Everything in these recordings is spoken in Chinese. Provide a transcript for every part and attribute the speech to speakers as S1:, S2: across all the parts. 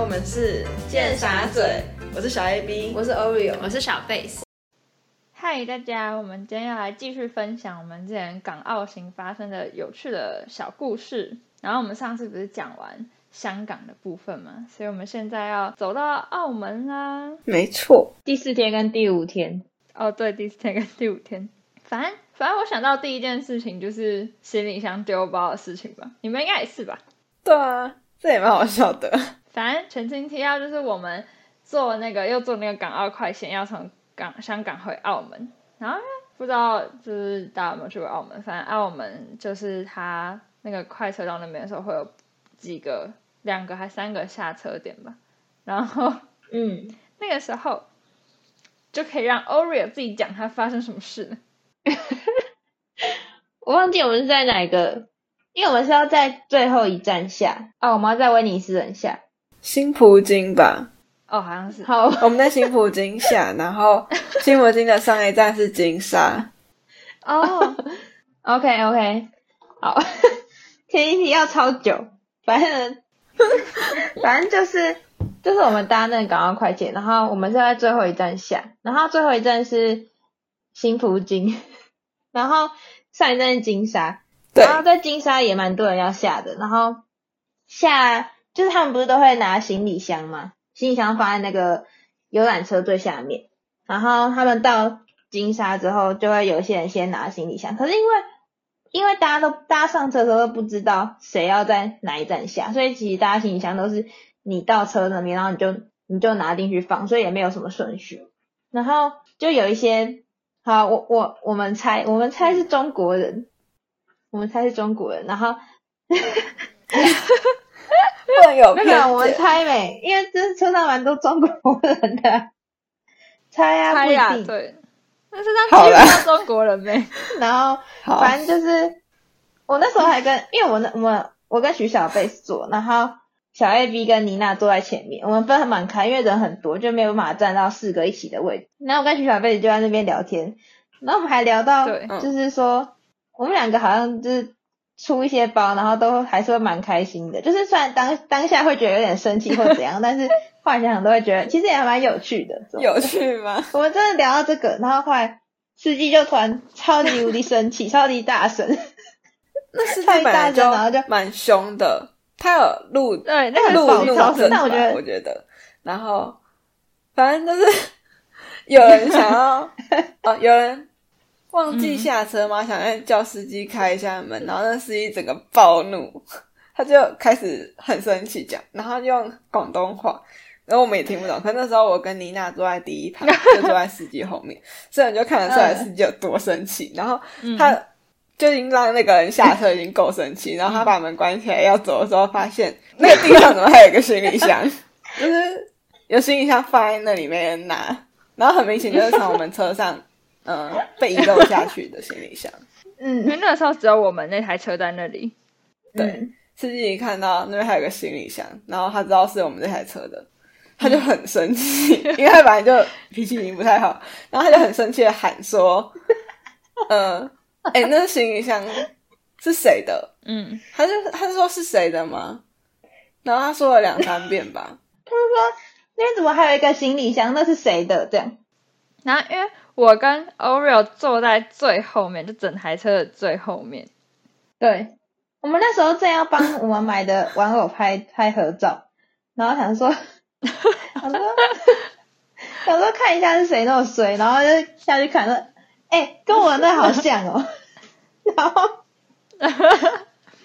S1: 我们是
S2: 贱傻嘴，
S1: 我是小 A B，
S2: 我是 Oreo，
S3: 我是小贝斯。
S4: 嗨，大家，我们今天要来继续分享我们之前港澳行发生的有趣的小故事。然后我们上次不是讲完香港的部分嘛，所以我们现在要走到澳门啦。
S1: 没错，
S2: 第四天跟第五天，
S4: 哦，对，第四天跟第五天，反正反正我想到第一件事情就是行李箱丢包的事情吧，你们应该也是吧？
S1: 对啊，这也蛮好笑的。
S4: 反正前情提要就是我们坐那个又坐那个港澳快线，要从港香港回澳门，然后呢不知道就是大家有没有去过澳门，反正澳门就是它那个快车到那边的时候会有几个两个还三个下车点吧， 然后
S2: 嗯，
S4: 那个时候就可以让 Oreo 自己讲他发生什么事 了。
S2: 我忘记我们是在哪个，因为我们是要在最后一站下，哦，我们要在威尼斯人下，
S1: 新葡京吧，
S4: 哦，好像是，
S2: 好，
S1: 我们在新葡京下，然 后新葡京的上一站是金沙。
S4: 哦，
S2: OK OK，好， 前一题要超久，反正反正就是就是我们搭那个港澳快捷，然后我们是在最后一站下，然后最后一站是新葡京，然后上一站是金沙，
S1: 对
S2: 然后在金沙也蛮多人要下的，然后下就是他们不是都会拿行李箱嘛，行李箱放在那个游览车最下面，然后他们到金沙之后，就会有些人先拿行李箱，可是因为因为大家都大家上车的时候都不知道谁要在哪一站下，所以其实大家行李箱都是你到车那边，然后你就你就拿进去放，所以也没有什么顺序。然后就有一些，好，我我我们猜我们猜是中国人，我们猜是中国人，然后
S1: 不能有
S2: 那
S1: 偏
S2: 个我们
S1: 见，
S2: 猜没，因为这车上蛮多中国人的啊，猜啊
S4: 猜
S2: 不一
S4: 呀、
S2: 定，
S4: 对，但是他直接到中国人呗。
S2: 然后。
S1: 好，
S2: 反正就是我那时候还跟，因为我那我我跟徐小贝坐，然后小 A B 跟妮娜坐在前面，我们分得蛮开，因为人很多，就没有办法站到四个一起的位置。然后我跟徐小贝就在那边聊天，然后我们还聊到
S4: 对，
S2: 就是说、我们两个好像就是。出一些包，然后都还是会蛮开心的。就是虽然当当下会觉得有点生气或怎 样，但是后来想想都会觉得其实也还蛮有趣的。这种
S1: 有趣吗？
S2: 我们真的聊到这个，然后后来司机就突然超级无敌生气，超级大声，
S1: 那司机
S2: 太
S1: 本
S2: 大
S1: 来
S2: 声然后就
S1: 蛮凶的，他有录
S4: 对，那
S1: 那
S4: 个
S1: 个
S2: 暴
S1: 路
S4: 手
S2: 力
S1: 路
S2: 超
S4: 机超
S1: 好
S2: 市
S4: 市
S1: 正
S2: 那
S1: 常
S2: 我觉得
S1: 我觉得，然后反正就是有人想 要哦，有人忘
S2: 嗯
S1: 记下车吗？想要叫司机开一下门，然后那司机整个暴怒， 他就开始很生气讲，然后用广东话。然后我们也听不懂，可那时候我跟妮娜坐在第一排，就坐在司机后面，所以你就看得出来
S2: 嗯
S1: 司机有多生气。然后他就已经让那个人下车已经够生气，然后他把门关起来要走的时候，发现那个地上怎么还有一个行李箱， 就是有行李箱放在那里没人拿，然后很明显就是从我们车上嗯、呃被移动下去的行李箱。
S4: 因为
S2: 嗯，
S4: 那个时候只有我们那台车在那里。
S1: 对
S2: 嗯，
S1: 司机一看到那边还有个行李箱，然后他知道是我们这台车的，他就很生气，因为他本来就脾气已经不太好，然后他就很生气的喊说：“嗯、呃，哎、那行李箱是谁的？”
S4: 嗯，
S1: 他就他就说是谁的吗？然后他说了两三遍吧。
S2: 那边怎么还有一个行李箱？那是谁的？这样，
S4: 然后因为我跟 Oreo 坐在最后面，就整台车的最后面。
S2: 对，我们那时候正要帮我们买的玩偶拍拍合照，然后想说， 想说，想说看一下是谁那么衰，然后就下去看说，哎、跟我那好像哦， 然后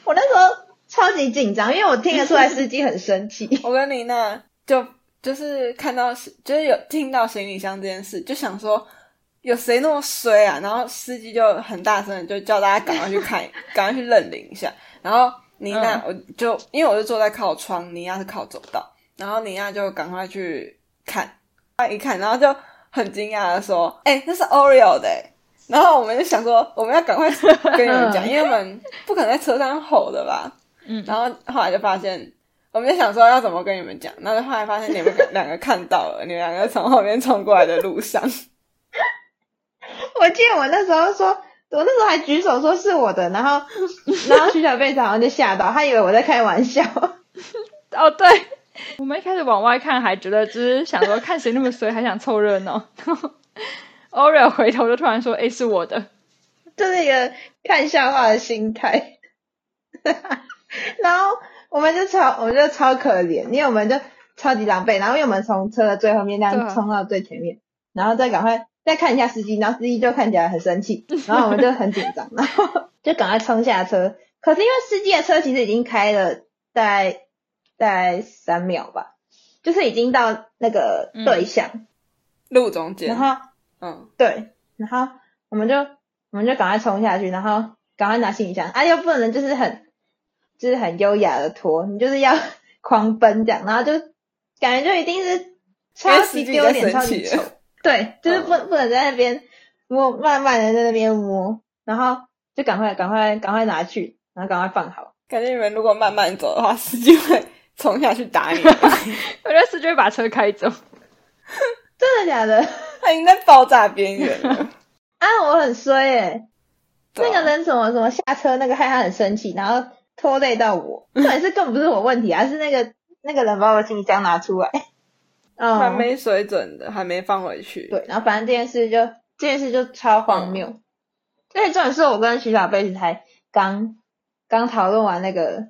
S2: 我那时候超级紧张，因为我听得出来司机很生气。
S1: 我跟妮娜就就是看到就是有听到行李箱这件事，就想说有谁那么衰啊？然后司机就很大声的就叫大家赶快去看，赶快去认领一下。然后妮娜、我就因为我是坐在靠窗，妮娜是靠走道，然后妮娜就赶快去看，她一看，然后就很惊讶的说：“哎、那是 Oreo 的、欸。”然后我们就想说，我们要赶快跟你们讲，因为我们不可能在车上吼的吧。
S4: 嗯
S1: 然后后来就发现，我们就想说要怎么跟你们讲，然后后来发现你们两个看到了，你们两个从后面冲过来的路上，
S2: 我记得我那时候说，我那时候还举手说是我的，然后然后徐小贝好像就吓到，他以为我在开玩笑。
S4: 哦，对， 我们一开始往外看，还觉得就是想说看谁那么衰，还想凑热闹。 然后 Oreo 回头就突然说：“哎、是我的。
S2: 这是一个看笑话的心态。 然后我们就超，我们就超可怜，因为我们就超级狼狈，然后因为我们从车的最后面那
S4: 对啊
S2: 样冲到最前面，然后再赶快再看一下司机，然后司机就看起来很生 气，然后我们就很紧张，然后就赶快冲下车。可是因为司机的车其实已经开了大概大概三秒吧，就是已经到那个
S4: 嗯
S2: 对象，
S1: 路中间
S2: 然，后
S1: 嗯，
S2: 对，然后我们就我们就赶快冲下去，然后赶快拿行李箱，啊，又不能就是很就是很优雅的拖，你就是要 狂奔这样，然后就感觉就一定是
S1: 因
S2: 超
S1: 为司
S2: 级
S1: 机
S2: 丢
S1: 在
S2: 脸、
S1: 生
S2: 超级
S1: 气嗯
S2: 丑， 对，就是不、不能在那边摸，慢慢的在那边摸，然后就赶快赶快赶快拿去，然后赶快放好。
S1: 感觉你们如果慢慢走的话，司机会冲下去打 你。”
S4: 我觉得是就会把车开走。
S2: 真的假的？
S1: 他已经在爆炸边缘了。
S2: 啊，我很衰耶、
S1: 对
S2: 那
S1: 啊
S2: 个人怎么怎么下车，那个害他很生气，然后拖累到我。重点是根本不是我问题 啊，是那个那个人把我的行李箱拿出来。
S1: 还
S2: 嗯，
S1: 没水准的，还没放回去。
S2: 对，然后反正这件事就这件事就超荒谬。而且重点是我跟徐小贝子才刚刚讨论完那个，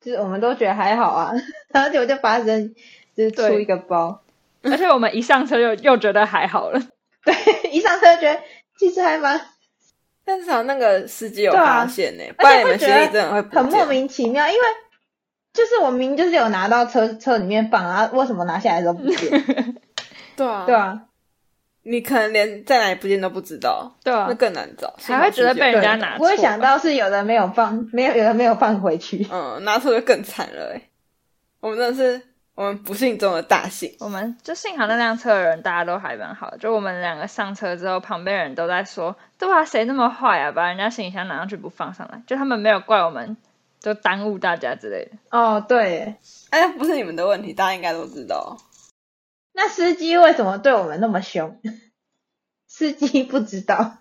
S2: 就是我们都觉得还好啊， 然后结果就发生就是出
S4: 对
S2: 一个包，
S4: 而且我们一上车就又觉得还好了，
S2: 对， 一上车就觉得其实还蛮
S1: 但至少那个司机有
S2: 对啊
S1: 发现呢、不
S2: 而
S1: 然
S2: 且
S1: 你
S2: 会
S1: 们
S2: 觉
S1: 行
S2: 得
S1: 李真的会不
S2: 很莫
S1: 见
S2: 名其妙，因为就是我明明就是有拿到车车里面放啊，为什么拿下来都不见？
S1: 对啊，
S2: 对啊，
S1: 你可能连在哪里不见都不知道，
S4: 对啊
S1: 那，更难找，
S4: 还会觉得被人家拿
S2: 不会
S4: 错吧
S2: 想到是有的没有放， 没有有的没有放回去。
S1: 嗯拿错就更惨了、欸。我们真的是我们不幸中的大幸，
S4: 我们就幸好那辆车的人大家都还蛮好的，就我们两个上车之后，旁边人都在说：“对啊，谁那么坏啊，把人家行李箱拿上去不放上来？”就他们没有怪我们，就耽误大家之类的。
S2: 哦，对耶，
S1: 哎，不是你们的问题，大家应该都知道。
S2: 那司机为什么对我们那么凶？ 司机不知道，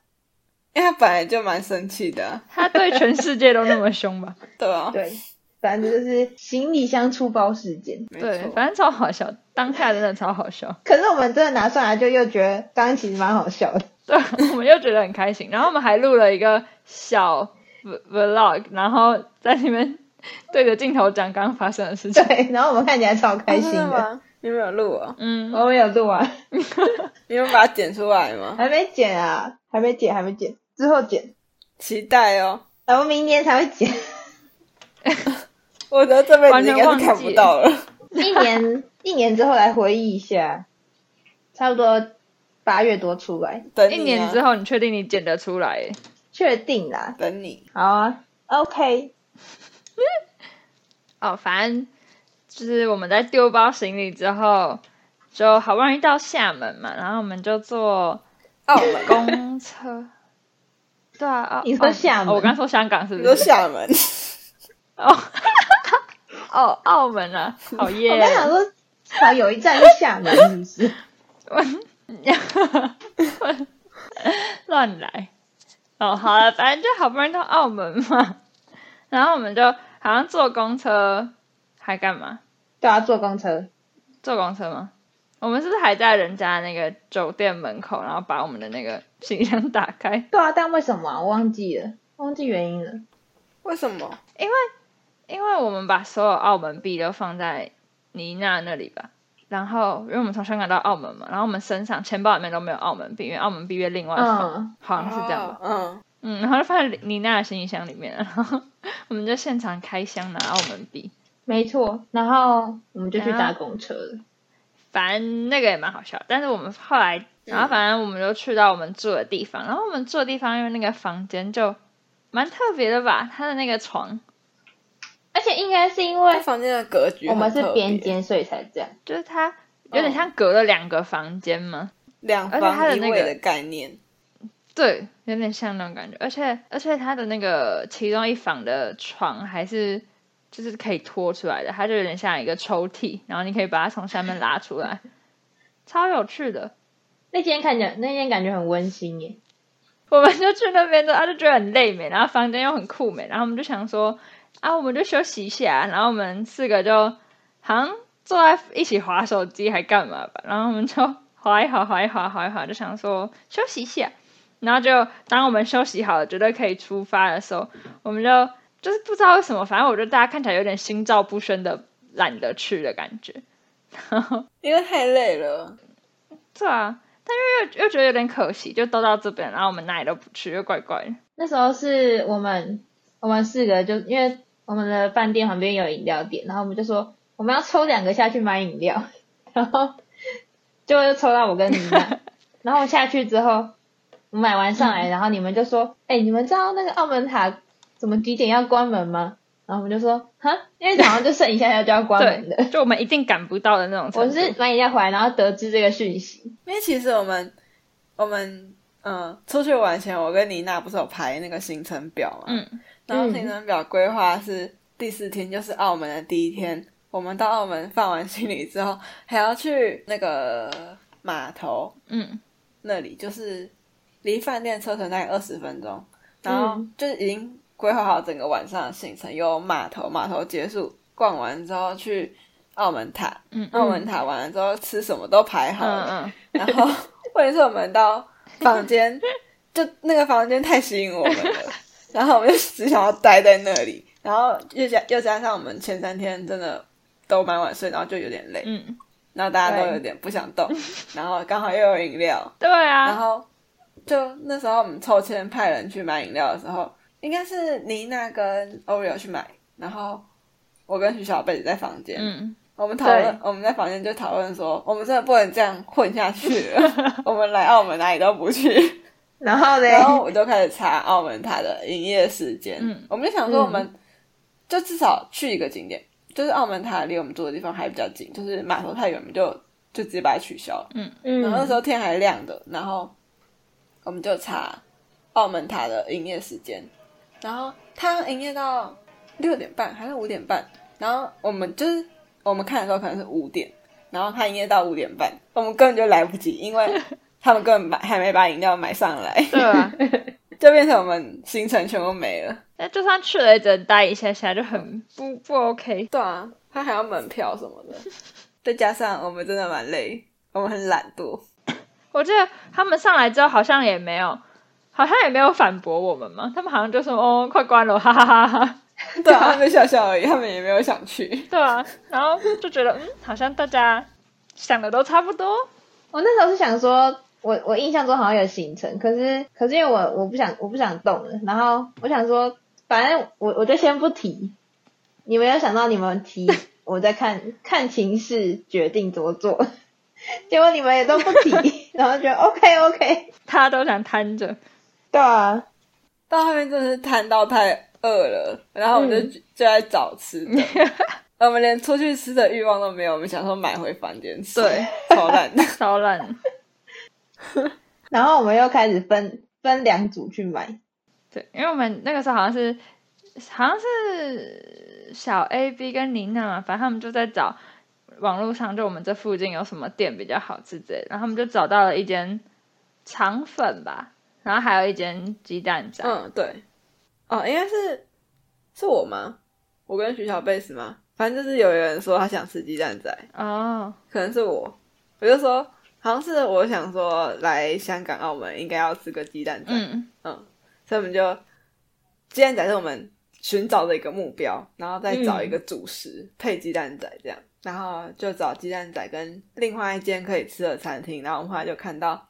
S1: 因哎为他本来就蛮生气的啊，
S4: 他对全世界都那么凶吧？
S1: 对啊，
S2: 对，反正就是行李箱出包事件。
S1: 没
S4: 对，
S1: 错，
S4: 反正超好笑，当下真的超好笑。
S2: 可是我们真的拿上来就又觉得刚刚其实蛮好笑的，
S4: 对， 我们又觉得很开心，然后我们还录了一个小 v- vlog，然后在那边对着镜头讲刚刚发生的事情。
S2: 对，然后我们看起来超开心
S1: 哦真的
S2: 的。
S1: 吗？你们有录啊？
S4: 嗯，
S2: 我们有录啊，
S1: 你们把它剪出来吗？
S2: 还没剪啊，还没剪，还没剪，之后剪。
S1: 期待哦！
S2: 然后明年才会剪，
S1: 我觉得这辈子应该是
S4: 完全忘
S1: 看
S4: 记
S1: 不到 了。
S2: 一年 一年之后来回忆一下，差不多八月多出来，
S1: 等你、啊、
S4: 一年之后你确定你剪得出来耶？
S2: 确定啦。
S1: 等你，
S2: 好啊，OK，
S4: 哦，反正就是我们在丢包行李之后，就好不容易到厦门嘛，然后我们就坐
S1: 澳门，
S4: 公车。对啊，哦、
S2: 你说
S4: 哦
S2: 厦门
S4: 哦我刚说香港是
S1: 你
S4: 不
S1: 说
S4: 是？
S1: 厦门，
S4: 哦， 哦，澳门啊，好耶！
S2: 我刚想说，好有一站是厦 门，是不是？
S4: 乱来。哦，好了，反正就好不容易到澳门嘛， 然后我们就好像坐公车，还干嘛？
S2: 对啊，坐公车，
S4: 坐公车吗？我们是不是还在人家那个酒店门口，然后把我们的那个行李箱打开？
S2: 对啊，但为什么啊、我忘记了，忘记原因了。
S1: 为什么？
S4: 因为我们把所有澳门币都放在妮娜那里吧，然后因为我们从香港到澳门嘛，然后我们身上钱包里面都没有澳门币，因为澳门币被另外放，
S2: 嗯，
S4: 好像是这样吧。
S1: 哦
S4: 嗯，然后就放在妮娜的行李箱里面，然后我们就现场开箱拿澳门币，
S2: 没错。然后我们就去搭公车了。
S4: 反正那个也蛮好笑。但是我们后来，然后反正我们就去到我们住的地方，然后我们住的地方因为那个房间就蛮特别的吧，它的那个床
S2: 而且应该是
S1: 嗯，
S2: 因
S1: 这
S2: 为
S1: 房间的格局
S2: 我们
S1: 很
S2: 是
S1: 特别
S2: 边，间，所以才这样。
S4: 就是它有点像隔了两个房间嘛，
S1: 两
S4: 而且它的
S1: 房一
S4: 那个
S1: 卫的概念，
S4: 对，有点像那种感觉，而且而且它的那个其中一房的床还是就是可以拖出来的，它就有点像一个抽屉，然后你可以把它从下面拉出来，超有趣的。
S2: 那间看起来，那间感觉很温馨耶。
S4: 我们就去那边 的，他就觉得很累没，然后房间又很酷没，然后我们就想说啊，我们就休息一下，然后我们四个就好像坐在一起划手机还干嘛吧？然后我们就划一划，划一划，划一划，就想说休息一下。然后就当我们休息好了，觉得可以出发的时候，我们就就是不知道为什么，反正我觉得大家看起来有点心照不宣的懒得去的感觉。然后
S1: 因为太累了。
S4: 对啊，但又又又觉得有点可惜，就都到这边，然后我们哪里都不去，又怪怪的。
S2: 那时候是我们我们四个就因为我们的饭店旁边有饮料店，然后我们就说我们要抽两个下去买饮料，然后就抽到我跟妮娜，然后下去之后我买完上来，然后你们就说，哎、你们知道那个澳门塔怎么几点要关门吗？然后我们就说，哈，因为早上就剩一下下就要关门的。
S4: 对，就我们一定赶不到的那种程
S2: 我
S4: 度。
S2: 是买饮料回来，然后得知这个讯息，
S1: 因为其实我们我们嗯出去玩前，我跟妮娜不是有排那个行程表嘛，
S4: 嗯，
S1: 然后
S2: 嗯
S1: 行程表规划是第四天就是澳门的第一天，我们到澳门放完行李之后，还要去那个码头
S4: 嗯，
S1: 那里，就是离饭店车程大概二十分钟，然后
S2: 嗯
S1: 就是已经规划好整个晚上的行程，有码头，码头结束逛完之后去澳门塔，
S4: 嗯
S1: 澳门塔玩了之后吃什么都排好了，
S4: 嗯 嗯，
S1: 然后问题是我们到房间，就那个房间太吸引我们了，然后我们就只想要待在那里，然后又加又加上我们前三天真的都蛮晚睡，然后就有点累，
S4: 嗯，
S1: 然后大家都
S2: 对
S1: 有点不想 动，然后刚好又有饮料，
S4: 对啊，
S1: 然后就那时候我们抽签派人去买饮料的时候，应该是妮娜跟 Oreo 去买，然后我跟徐小贝在房间，
S4: 嗯，
S1: 我们讨论
S2: 对，
S1: 我们在房间就讨论说，我们真的不能这样混下 去了，我们来澳门哪里都不去。
S2: 然后嘞，
S1: 然后我就开始查澳门它的营业时间，
S4: 嗯
S1: 我们就想说，我们就至少去一个景点，就是澳门塔离我们住的地方还比较近，就是码头太远，我们就就直接把它取消了。然后那时
S2: 嗯，
S1: 候天还亮的，然后我们就查澳门塔的营业时间，然后它营业到六点半还是五点半，然后我们就是我们看的时候可能是五点，然后它营业到五点半，我们根本就来不及，因 为他们根本买还没把饮料买上来，
S4: 对啊，
S1: 就变成我们行程全部没了。
S4: 那就算去了也只能待一下下，就很不不 OK。
S1: 对啊，它还要门票什么的， 再加上我们真的蛮累，我们很懒惰。
S4: 我记得他们上来之后好像也没有，好像也没有反驳我们嘛，他们好像就说哦快关了，哈哈哈哈。
S1: 对啊，他们就笑笑而已，他们也没有想去。
S4: 对啊，然后就觉得嗯好像大家想的都差不多，
S2: 我那时候是想说，我我印象中好像有行程，可是可是因为我我不想我不想动了，然后我想说，反正我我就先不提，你们有想到你们 提，我再看看情势决定怎么做， 结果你们也都不提，然后觉得 OK OK，
S4: 大家都想摊着。
S2: 对啊，
S1: 到后面真的是摊到太饿了，然后我们就、就在找吃的，我们连出去吃的欲望都没有，我们想说买回房间吃，
S4: 对，
S1: 超烂的。
S4: 超烂，
S2: 然后我们又开始分分两组去买，
S4: 对，因为我们那个时候好像是好像是小 A、B 跟琳娜嘛，反正他们就在找网络上就我们这附近有什么店比较好吃之类的，然后他们就找到了一间肠粉吧，然后还有一间鸡蛋仔，
S1: 嗯，对，哦，应该是是我吗？我跟徐小贝是吗？反正就是有人说他想吃鸡蛋仔，
S4: 哦，
S1: 可能是我，我就说好像是我想说来香港、澳门应该要吃个鸡蛋仔，
S4: 嗯，
S1: 嗯，所以我们就鸡蛋仔是我们寻找的一个目标，然后再找一个主食、配鸡蛋仔这样，然后就找鸡蛋仔跟另外一间可以吃的餐厅，然后我们后来就看到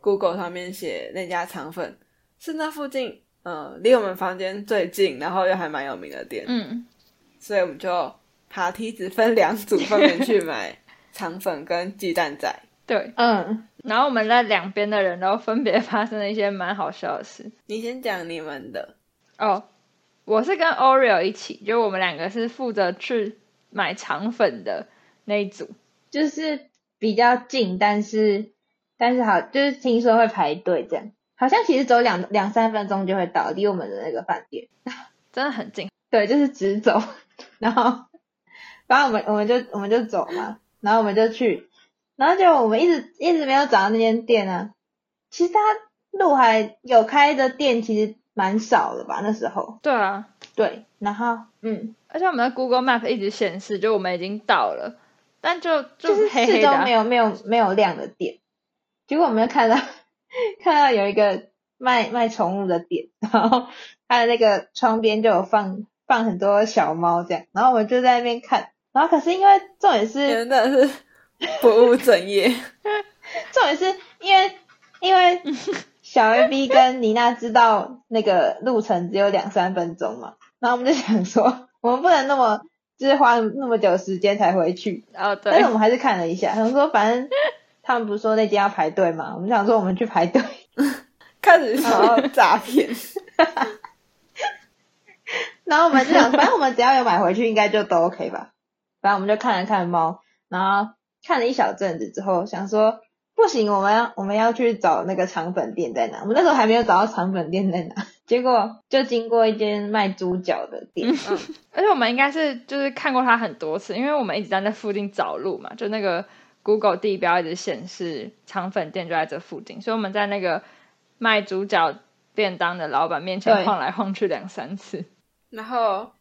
S1: Google 上面写那家肠粉是那附近，呃，离我们房间最近，然后又还蛮有名的店，
S4: 嗯，
S1: 所以我们就爬梯子分两组，分别去买肠粉跟鸡蛋仔。
S4: 对，
S2: 嗯，
S4: 然后我们在两边的人都分别 发生了一些蛮好笑的事，
S1: 你先讲你们的，
S4: 哦，我是跟 Oreo 一起，就我们两个是负责去买肠粉的那一组，
S2: 就是比较近，但是但是好，就是听说会排队这样，好像其实走两两三分钟就会到，离我们的那个饭店，
S4: 真的很近。
S2: 对，就是直走， 然后反正我们我们就我们就走嘛，然后我们就去，然后就我们一直一直没有找到那间店啊，其实它路还有开的店其实蛮少的吧那时候，
S4: 对啊，
S2: 对，然后嗯
S4: 而且我们的 Google Map 一直显示，就我们已经到了，但就
S2: 就
S4: 就是黑
S2: 四
S4: 黑的
S2: 周
S4: 啊、
S2: 没有没有没有亮的店，结果我们就看到看到有一个卖卖宠物的店，然后它的那个窗边就有放放很多小猫这样，然后我们就在那边看，然后可是因为重点是
S1: 你们真的是不务正业。
S2: 重点是因为因为 小 A B 跟妮娜知道那个路程只有两三分钟嘛，然后我们就想说，我们不能那么就是花那么久时间才回去，
S4: 哦，对
S2: 但是，我们还是看了一下，想说反正他们不是说那间要排队嘛，我们想说我们去排队，
S1: 开始想要诈骗，
S2: 然后我们就想，反正我们只要有买回去，应该就都 OK 吧。反正我们就看了看猫，然后看了一小阵子之后，想说不行，我们要我们要去找那个肠粉店在哪。我们那时候还没有找到肠粉店在哪，结果就经过一间卖猪脚的店，
S4: 而且我们应该是就是看过它很多次，因为我们一直在那附近找路嘛，就那个 Google 地标一直显示肠粉店就在这附近，所以我们在那个卖猪脚便当的老板面前
S2: 对
S4: 晃来晃去两三次。
S1: 然后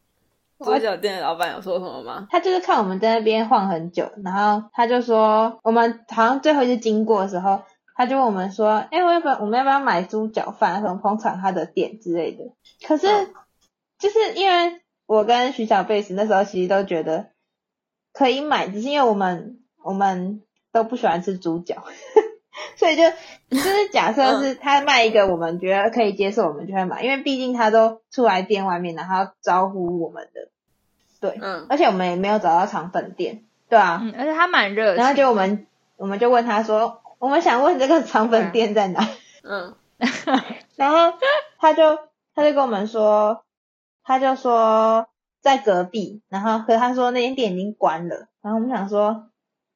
S2: 我
S1: 桌脚店的老板有说什么吗？
S2: 他就是看我们在那边晃很久，然后他就说，我们好像最后一次经过的时候，他就问我们说，哎、我要不要我们要不要买猪脚饭，什么捧场他的店之类的。可是、
S1: 嗯
S2: 就是因为我跟徐小贝斯那时候其实都觉得可以买，只是因为我们我们都不喜欢吃猪脚， 所以就就是假设是他卖一个我们觉得可以接受，我们就会买，因为毕竟他都出来店外面，然后招呼我们的，对，
S1: 嗯，
S2: 而且我们也没有找到肠粉店，对啊，
S4: 嗯，而且它蛮热
S2: 然后
S4: 情，
S2: 就我们我们就问他说，我们想问这个肠粉店在哪，
S1: 嗯，
S2: 然后他就他就跟我们说，他就说在隔壁，然后可是他说那间店已经关了，然后我们想说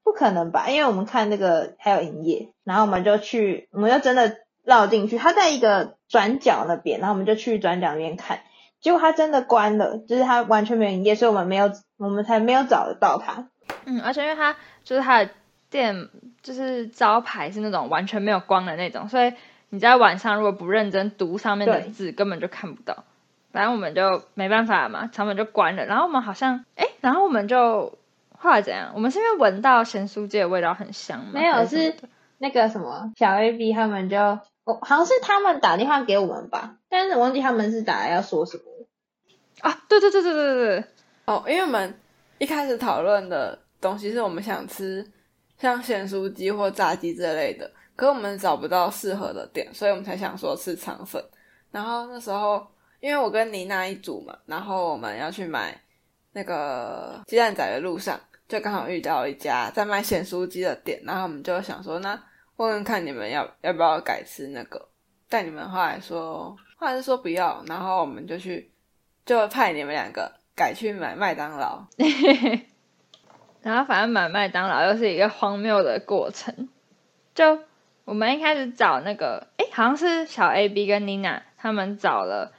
S2: 不可能吧，因为我们看那个还有营业，然后我们就去，我们就真的绕进去，他在一个转角那边，然后我们就去转角那边看，结果他真的关了，就是他完全没有营业，所以我们没有我们才没有找得到他，
S4: 嗯，而且因为它就是它的店就是招牌是那种完全没有光的那种，所以你在晚上如果不认真读上面的
S2: 对
S4: 字，根本就看不到。反正我们就没办法嘛，厂本就关了。然后我们好像哎，然后我们就后来怎样？我们是因为闻到咸酥鸡的味道很香吗？
S2: 没有
S4: 还什么
S2: 是
S4: 的
S2: 那个什么小 A B 他们就，我好像是他们打电话给我们吧，但是我忘记他们是打来要说什么。
S4: 啊，对对对对对对对，
S1: 哦，因为我们一开始讨论的东西是我们想吃像咸酥鸡或炸鸡这类的，可我们找不到适合的店，所以我们才想说吃肠粉。然后那时候，因为我跟妮娜一组嘛，然后我们要去买那个鸡蛋仔的路上，就刚好遇到一家在卖咸酥鸡的店，然后我们就想说，那问问看你们要要不要改吃那个。但你们后来说，后来就说不要，然后我们就去，就派你们两个改去买麦当劳。
S4: 然后反正买麦当劳又是一个荒谬的过程。就我们一开始找那个，诶，好像是小 A、B 跟妮娜他们找了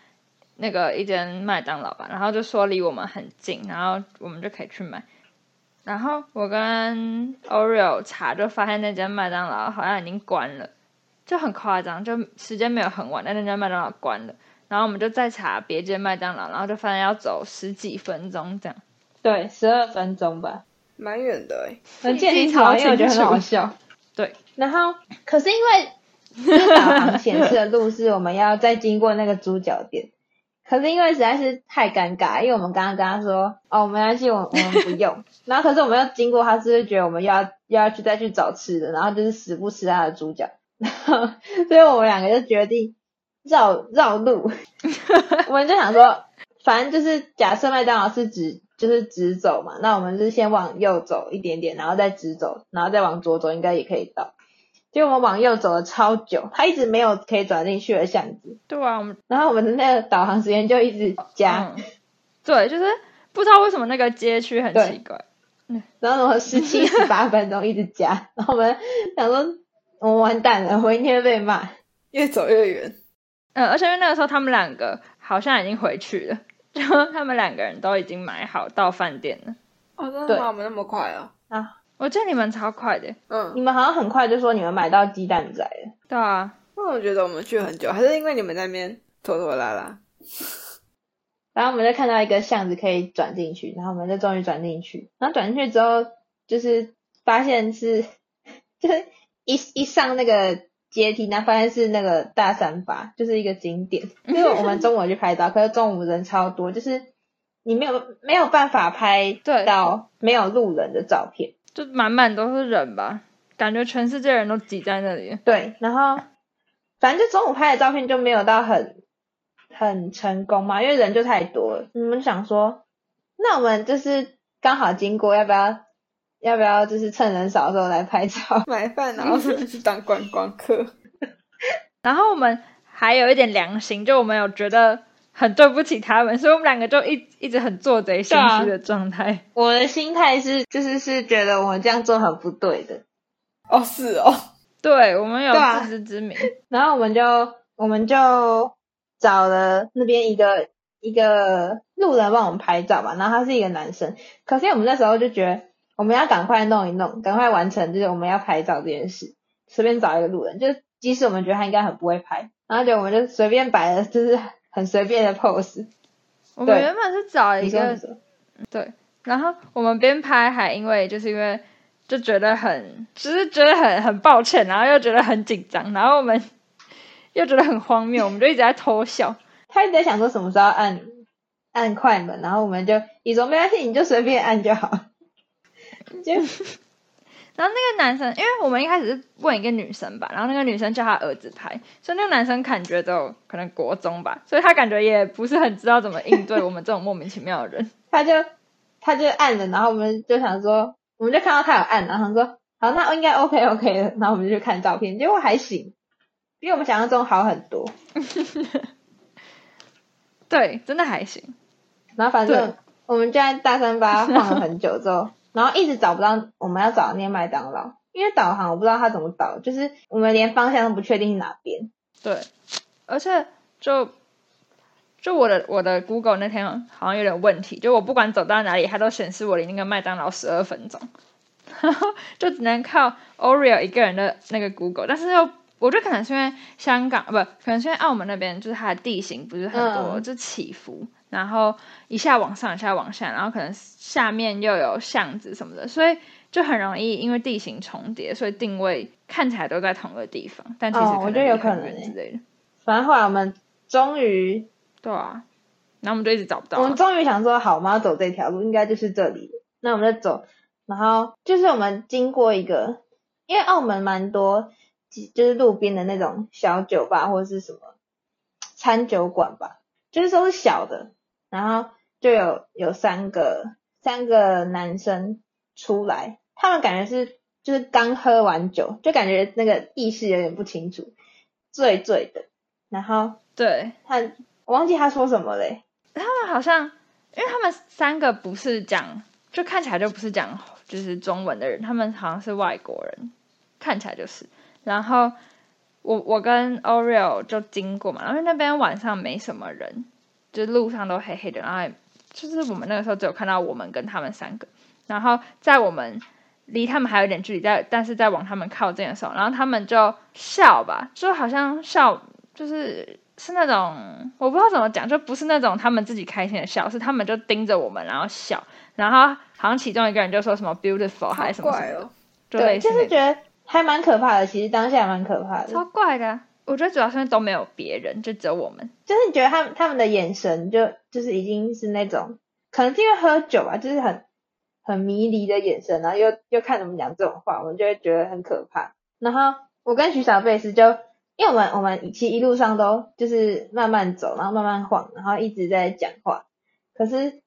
S4: 那个一间麦当劳吧，然后就说离我们很近，然后我们就可以去买。然后我跟 Oreo 查，就发现那间麦当劳好像已经关了，就很夸张，就时间没有很晚，但那间麦当劳关了。然后我们就再查别间麦当劳，然后就发现要走十几分钟这样。
S2: 对，十二分钟吧。
S1: 蛮远的哎，
S2: 我
S4: 记
S2: 记
S4: 得
S2: 得
S4: 你
S2: 你
S4: 超
S2: 超因
S4: 清楚
S2: 为我觉得很好笑。
S4: 对，
S2: 然后可是因为就是导航显示的路是我们要再经过那个猪脚店，可是因为实在是太尴尬，因为我们刚刚跟他说哦没关系，我我们不用， 然后可是我们要经过他，是不是觉得我们又要又要去再去找吃的，然后就是死不吃他的猪脚，然后 所以我们两个就决定绕绕 路，我们就想说，反正就是假设麦当劳是直就是直走嘛，那我们就是先往右走一点点，然后再直走，然后再往左走，应该也可以到。结果我们往右走了超久，它一直没有可以转进去的巷子，
S4: 对啊，我们
S2: 然后我们的那个导航时间就一直加，
S4: 嗯。对，就是不知道为什么那个街区很奇怪。
S2: 然后我十七十八分钟一直加，然后我们想说我们完蛋了，我一定会被骂。
S1: 越走越远。
S4: 嗯，而且因为那个时候他们两个好像已经回去了， 就他们两个人都已经买好到饭店了。
S1: 哦，真的
S2: 对
S1: 吗？我们那么快哦？
S4: 我记得你们超快的。
S2: 你
S1: 嗯，
S2: 们好像很快就说你们买到鸡蛋仔了，
S4: 对啊，
S1: 那我觉得我们去很久，还是因为你们那边拖拖拉拉。
S2: 然后我们就看到一个巷子可以转进去，然后我们就终于转进去，然后转进去之后就是发现是，就是一一上那个阶梯，然后发现是那个大三巴，就是一个景点。因为我们中午去拍照，可是中午人超多，就是你没有没有办法拍
S4: 对
S2: 到没有路人的照片。
S4: 就满满都是人吧，感觉全世界人都挤在那里。
S2: 对，然后反正就中午拍的照片就没有到很很成功嘛，因为人就太多了。我们想说，那我们就是刚好经过，要不要要不要就是趁人少的时候来拍照？
S1: 买饭，然后是不是去当观光客？
S4: 然后我们还有一点良心，就我们有觉得很对不起他们，所以我们两个就一一直很做贼心
S2: 啊
S4: 虚的状态。
S2: 我的心态是就是是觉得我们这样做很不对的，
S1: 哦，是哦，
S4: 对我们有
S2: 对啊
S4: 自知之明，
S2: 然后我们就我们就找了那边一个一个路人帮我们拍照吧，然后他是一个男生，可是我们那时候就觉得我们要赶快弄一弄，赶快完成就是我们要拍照这件事，随便找一个路人，就是即使我们觉得他应该很不会拍，然后就我们就随便摆了就是很随便的 pose，
S4: 我们
S2: 对
S4: 原本是找
S2: 你
S4: 一
S2: 说
S4: 个
S2: 你说，
S4: 对，然后我们边拍还因为就是因为就觉得很，就是觉得很很抱歉，然后又觉得很紧张，然后我们又觉得很荒谬，我们就一直在偷笑。
S2: 他一直在想说什么时候按按快门，然后我们就你说没关系，你就随便按就好，就
S4: 然后那个男生，因为我们一开始是问一个女生吧，然后那个女生叫她儿子拍，所以那个男生感觉都可能国中吧，所以他感觉也不是很知道怎么应对我们这种莫名其妙的人。
S2: 他就他就按了，然后我们就想说，我们就看到他有按，然后想说好，那应该 OK OK 的，然后我们就去看照片，结果还行，比我们想象中好很多。
S4: 对，真的还行。
S2: 然后反
S4: 对
S2: 正我们就在大三巴晃了很久之后，然后一直找不到我们要找的那个麦当劳，因为导航我不知道它怎么导，就是我们连方向都不确定是哪边。
S4: 对，而且就就我的我的 Google 那天好像有点问题，就我不管走到哪里，它都显示我离那个麦当劳十二分钟，然后就只能靠 Oreo 一个人的那个 Google，但是又我觉得可能是因为香港不，可能是因为澳门那边就是它的地形不是很多，
S2: 嗯
S4: 就起伏，然后一下往上，一下往下，然后可能下面又有巷子什么的，所以就很容易因为地形重叠，所以定位看起来都在同一个地方，但其实
S2: 哦
S4: 可
S2: 我
S4: 能
S2: 觉得有
S4: 离很
S2: 可能
S4: 远
S2: 欸
S4: 之类的。
S2: 反正后来我们终于，
S4: 对啊，然后我们就一直找不到
S2: 我们
S4: 啊。
S2: 终于想说，好，我们要走这条路，应该就是这里了。那我们就走，然后就是我们经过一个，因为澳门蛮多，几就是路边的那种小酒吧或者是什么餐酒馆吧，就是都是小的，然后就有有三个三个男生出来，他们感觉是就是刚喝完酒，就感觉那个意识有点不清楚，醉醉的，然后
S4: 对，
S2: 他我忘记他说什么嘞。
S4: 他们好像，因为他们三个不是讲，就看起来就不是讲就是中文的人，他们好像是外国人，看起来就是。然后我我跟 Oreo 就经过嘛，然后那边晚上没什么人，就是路上都黑黑的，然后也就是我们那个时候只有看到我们跟他们三个，然后在我们离他们还有点距离，在但是在往他们靠近的时候，然后他们就笑吧，就好像笑，就是是那种我不知道怎么讲，就不是那种他们自己开心的笑，是他们就盯着我们然后笑，然后好像其中一个人就说什么 beautiful 还是什么
S1: 怪
S4: 什么的，
S1: 哦，
S4: 就
S2: 对，
S4: 类似
S2: 就
S4: 那种
S2: 是觉得还蛮可怕的。其实当下还蛮可怕的，
S4: 超怪的啊。我觉得主要是因为都没有别人，就只有我们。
S2: 就是觉得他们他们的眼神就就是已经是那种，可能是因为喝酒吧，就是很很迷离的眼神，然后又又看我们讲这种话，我们就会觉得很可怕。然后我跟徐小贝斯就，因为我们我们其实一路上都就是慢慢走，然后慢慢晃，然后一直在讲话，可是对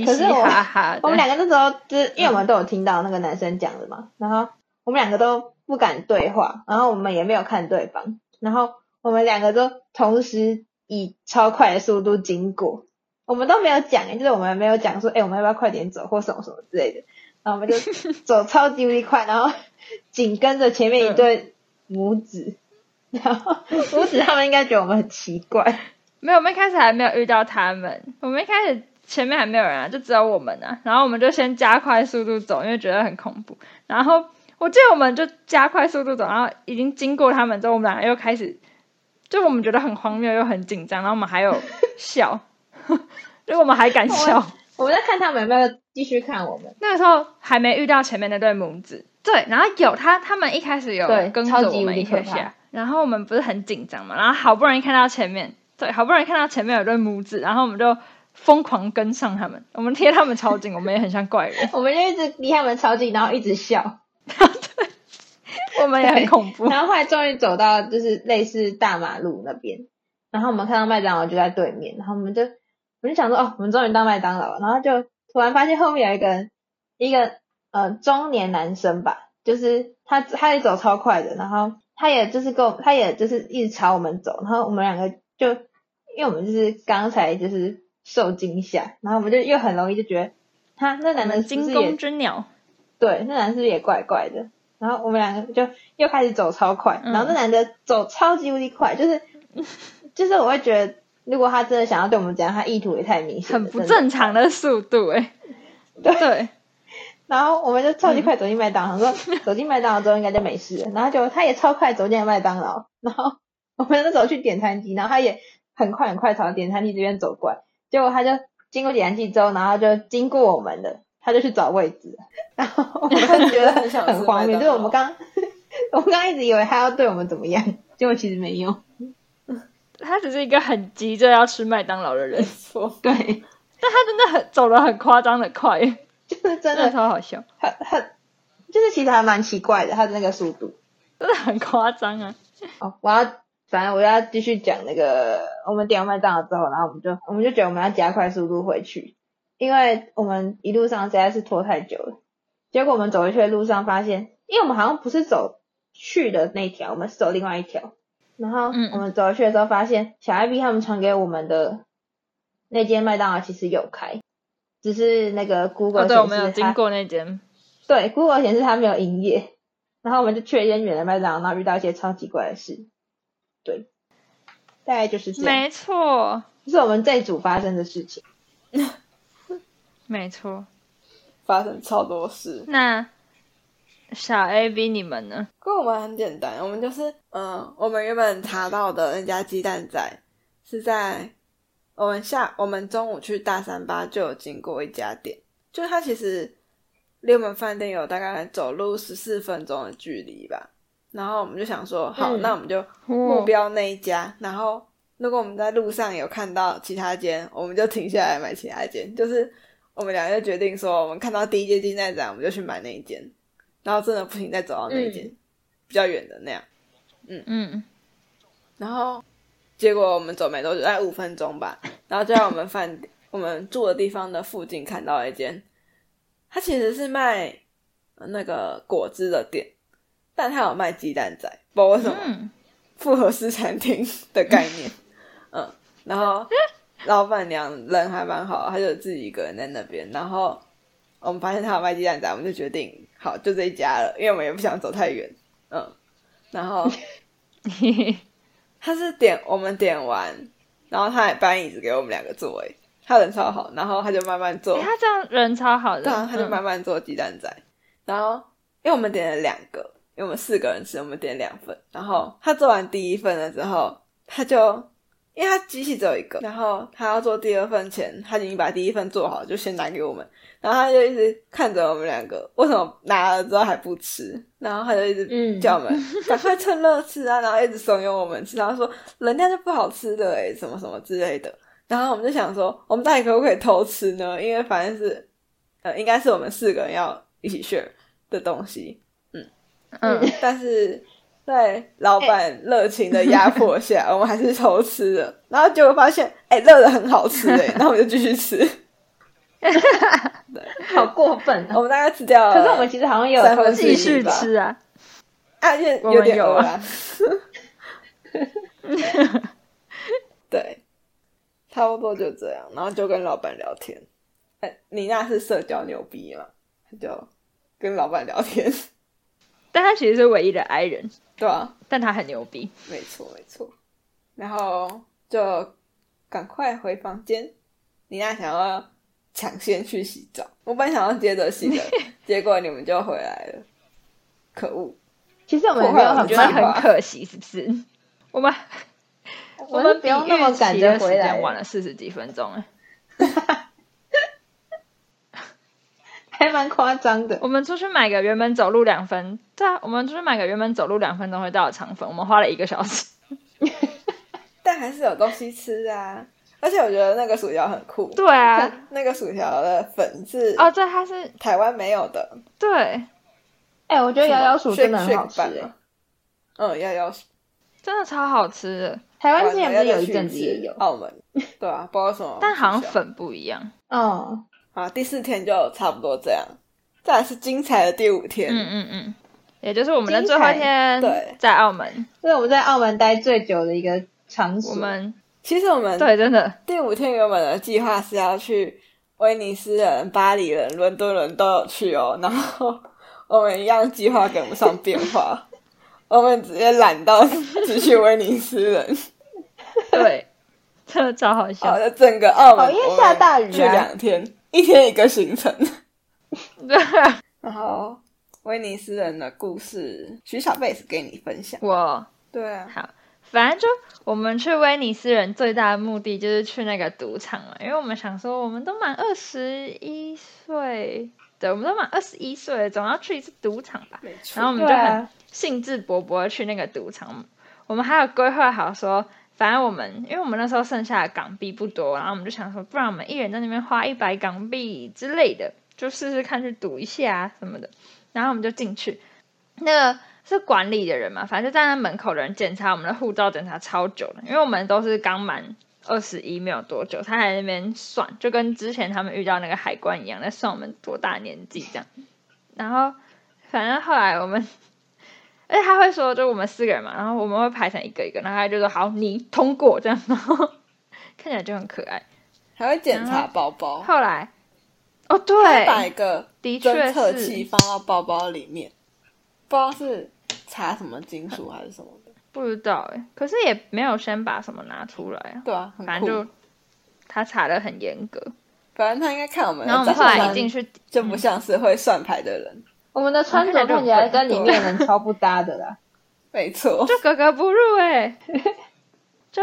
S4: 嘻
S2: 可是
S4: 嘻
S2: 我
S4: 哈哈 的，
S2: 我们两个那时候就是因为我们都有听到那个男生讲的嘛，然后我们两个都不敢对话，然后我们也没有看对方，然后我们两个都同时以超快的速度经过，我们都没有讲、就是我们没有讲说，哎、我们要不要快点走或什么什么之类的，然后我们就走超级无敌快，然后紧跟着前面一对母子，然后母子他们应该觉得我们很奇怪，
S4: 没有，我们一开始还没有遇到他们，我们一开始前面还没有人啊，就只有我们啊。然后我们就先加快速度走，因为觉得很恐怖。然后我记得我们就加快速度走，然后已经经过他们之后，我们两个又开始，就我们 觉得很荒谬又很紧张，然后我们还有笑，就我们还敢笑，
S2: 我们在看他们有没有继续看我们。
S4: 那个时候还没遇到前面那对母子，对，然后有他，他们一开始有
S2: 对
S4: 跟
S2: 超
S4: 着
S2: 级
S4: 我们
S2: 无敌
S4: 一下
S2: 可怕
S4: 下，然后我们不是很紧张嘛，然后好不容易看到前面，对，好不容易看到前面有对母子，然后我们就疯狂跟上他们，我们贴他们超 近，我们也很像怪人，
S2: 我们就一直离他们超近，然后一直笑，
S4: 我们也很恐怖，
S2: 然后后来终于走到就是类似大马路那边，然后我们看到麦当劳就在对面，然后我们就我们就想说哦，我们终于到麦当劳了，然后就突然发现后面有一个人，一个呃中年男生吧，就是他他也走超快的，然后他也就是跟我他也就是一直朝我们走，然后我们两个就因为我们就是刚才就是受惊吓，然后我们就又很容易就觉得。他那
S4: 我
S2: 男的是
S4: 们
S2: 不
S4: 惊
S2: 是也
S4: 弓之鸟，
S2: 对，那男是不是也怪怪的？然后我们两个就又开始走超快，
S4: 嗯
S2: 然后那男的走超级无敌快，就是 就是我会觉得，如果他真的想要对我们怎样，他意图也太明显了，
S4: 很不
S2: 真的
S4: 正常的速度、哎，
S2: 对
S4: 对，
S2: 然后我们就超级快走进麦当劳，
S1: 嗯
S2: 想说走进麦当劳之后应该就没事了。然后就他也超快走进了麦当劳，然后我们那时候去点餐机，然后他也很快很快朝点餐机这边走过来，结果他就经过点餐机之后，然后就经过我们的，他就去找位 置，然后我们就觉得
S1: 很想吃
S2: 很荒
S1: 麦
S2: 谬，
S1: 当劳
S2: 就是我们刚我们刚一直以为他要对我们怎么样，结果其实没有。
S4: 他只是一个很急着要吃麦当劳 的人
S1: 没，错，
S2: 对，
S4: 但他真的很走的很夸张的快，哎
S2: 就是真
S4: 真的
S2: 的，
S1: 嗯
S4: 超好笑，
S2: 很很，就是其实还蛮奇怪的，他的那个速度。
S4: 真的很夸张啊。
S2: 哦，我要，反正我要继续讲那个，我们点完麦当劳之后，然后我们就我们就觉得我们要加快速度回去，因为我们一路上实在是拖太久了。结果我们走回去的路上发现，因为我们好像不是走去的那条，我们是走另外一条。然后
S4: 嗯
S2: 我们走回去的时候发现，小艾 B 他们传给我们的那间麦当劳其实有开，只是那个 Google
S4: 哦，对，我们有
S2: 显示它
S4: 经过那间，
S2: 对，Google 显示它没有营业，然后我们就去了一间远的麦当劳，然后遇到一些超奇怪的事。对，大概就是这样，
S4: 没错，
S2: 这是我们这一组发生的事情。
S4: 没错。
S1: 发生超多事。
S4: 那小 A B 你们呢？
S1: 跟我们很简单，我们就是嗯，我们原本查到的那家鸡蛋仔是在呃我们下我们中午去大三巴就有经过一家店，就是它其实离我们饭店有大概走路十四分钟的距离吧。然后我们就想说，好，
S2: 嗯
S1: 那我们就
S4: 哦
S1: 目标那一家。然后如果我们在路上有看到其他间，我们就停下来买其他间。就是我们两个就决定说，我们看到第一间金蛋仔，我们就去买那一间。然后真的不行，再走到那一间、比较远的那样。
S4: 嗯，
S1: 然后结果我们走没多久，大概五分钟吧，然后就在我们饭我们住的地方的附近看到了一间，它其实是卖呃那个果汁的店，但它有卖鸡蛋仔，不知道为什么、
S4: 嗯
S1: 复合式餐厅的概念， 嗯，然后老板娘人还蛮好，她就自己一个人在那边，然后我们发现她有卖鸡蛋仔，我们就决定好就这一家了，因为我们也不想走太远，嗯，然后。
S4: 嘿嘿，
S1: 他是点我们点完，然后他还搬椅子给我们两个座位，他人超好，然后他就慢慢做，
S4: 欸他这样人超好的，
S1: 对啊，他就
S4: 嗯
S1: 慢慢做鸡蛋仔，然后因为我们点了两个，因为我们四个人吃，我们点两份，然后他做完第一份了之后，他就。因为他机器只有一个，然后他要做第二份前，他已经把第一份做好，就先拿给我们。然后他就一直看着我们两个，为什么拿了之后还不吃？然后他就一直
S2: 嗯
S1: 叫我们、赶快趁热吃啊，然后一直怂恿我们吃，然后说人家就不好吃的诶、什么什么之类的。然后我们就想说，我们到底可不可以偷吃呢？因为反正是，呃，应该是我们四个人要一起 share 的东西，
S4: 嗯，
S1: 但是在老
S2: 哎
S1: 板热情的压迫下，我们还是偷吃了。然后结果发现，哎、热的很好吃诶、然后我们就继续 吃，
S2: 好过分啊
S1: 我！们大概吃掉了。
S2: 可是我们其实好像也有
S1: 三
S2: 偷
S1: 分之
S4: 继
S1: 一
S2: 吃，
S4: 续吃啊，
S1: 啊，有
S4: 我
S1: 有
S4: 们
S1: 点
S4: 有
S1: 偶
S4: 啊
S1: 然。 对，差不多就这样，然后就跟老板聊天。哎、你那是社交牛逼嘛？他就跟老板聊天，
S4: 但他其实是唯一的 I 人，
S1: 对啊，
S4: 但他很牛逼，
S1: 没错没错。然后就赶快回房间。你那想要抢先去洗澡，我本来想要接着洗 的，结果你们就回来了，可恶！
S2: 其实我们也
S1: 破
S2: 没
S1: 坏我们
S2: 有很
S4: 我觉
S1: 计
S4: 得
S1: 划
S2: 慢，
S4: 很可惜，是 不是？我们
S2: 我
S4: 们
S2: 们不用那么赶着
S4: 比预期
S2: 回
S4: 的时
S2: 来
S4: 间。晚了四十几分钟，哎，
S2: 还蛮夸张的。
S4: 我们出去买个原本走路两分，对啊，我们出去买个原本走路两分钟会到的肠粉，我们花了一个小时。
S1: 但还是有东西吃啊。而且我觉得那个薯条很酷，
S4: 对啊，
S1: 那个薯条的粉是
S2: 啊
S4: 哦，对，它是
S1: 台湾没有的，
S4: 对，
S2: 哎、我觉得摇摇薯真的很
S1: shake-
S2: 好
S1: shake
S2: 吃、
S1: 版
S2: 哎
S1: 吗嗯，要要
S4: 真的超好吃的，
S2: 台湾
S1: 完
S2: 之前不
S1: 了
S2: 是
S1: 要
S2: 有
S1: 再
S2: 一
S1: 去
S2: 阵子也
S1: 次
S2: 有，
S1: 澳门，对啊，不知道为什么，
S4: 但好像粉不一样。
S2: 哦，
S1: 啊，第四天就差不多这样，再来是精彩的第五天，
S4: 嗯嗯嗯，也就是我们的最
S2: 精
S4: 后
S2: 彩
S4: 一天
S1: 对
S4: 在澳门，
S2: 这是我们在澳门待最久的一个场所。
S4: 我们
S1: 其实我们
S4: 对真的
S1: 第五天原本的计划是要去威尼斯人、巴黎人、伦敦人都有去哦，然后我们一样计划赶不上变 化，我们直接懒到只去威尼斯 人，
S4: 对，真的超好
S1: 好
S4: 笑。
S1: 的整个澳门
S2: 哦哦因为
S1: 我们
S2: 下大雨啊
S1: 去两天，一天一个行 程。然后威尼斯人的故事，徐小贝是给你分享。
S4: 我
S1: 对啊，
S4: 反正就我们去威尼斯人最大的目的就是去那个赌场嘛，因为我们想说我们都满二十一岁，对，我们都满二十一岁了，总要去一次赌场吧。
S1: 没错。
S4: 然后我们
S2: 对
S4: 就很
S2: 啊
S4: 兴致勃勃地去那个赌场。我们还有规划好说，反正我们因为我们那时候剩下的港币不多，然后我们就想说，不然我们一人在那边花一百港币之类的，就试试看去赌一下啊什么的。然后我们就进去，那个是管理的人嘛，反正就站在门口的人检查我们的护照，检查超久的，因为我们都是刚满二十一没有多久，他还在那边算，就跟之前他们遇到那个海关一样，在算我们多大年纪这样。然后反正后来我们，而且他会说，就我们四个人嘛，然后我们会排成一个一个，然后他就说好，你通过这样，然后 看起来就很可爱。
S1: 还会检查包包，
S4: 后来，哦
S1: 他把一
S4: 嗯对，
S1: 个
S4: 的确
S1: 侦测
S4: 是
S1: 器放到包包里面，不知道是查什么金属还是什么的。
S4: 不知道哎，可是也没有先把什么拿出来啊，
S1: 对啊，很
S4: 反
S1: 酷。
S4: 正就他查的很严格。
S1: 反正他应该看我们的
S4: 然后我
S1: 长
S4: 们后来一
S1: 相，
S4: 进去，
S1: 就不像是会算牌的人。
S2: 我们的穿着看起来跟里面人超不搭的啦。
S1: 没错，
S4: 就格格不入哎、 就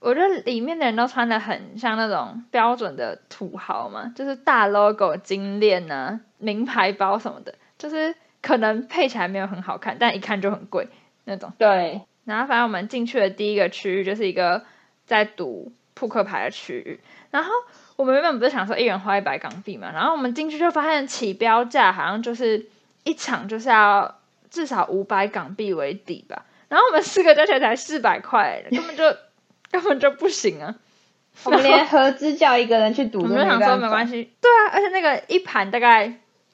S4: 我觉得里面的人都穿的很像那种标准的土豪嘛，就是大 logo 金链呐、名牌包什么的，就是可能配起来没有很好看，但一看就很贵那种。
S2: 对，
S4: 然后反正我们进去的第一个区域就是一个在赌扑克牌的区域，然后我们原本不是想说一人花一百港币嘛，然后我们进去就发现起标价好像就是一场就是要至少五百港币为底吧，然后我们四个加起来才四百块，欸根本就根本就不行啊！
S2: 我们连合资叫一个人去赌
S4: 我
S2: 都
S4: 们就想说
S2: 办
S4: 没
S2: 法。
S4: 关系，对啊，而且那个一盘大概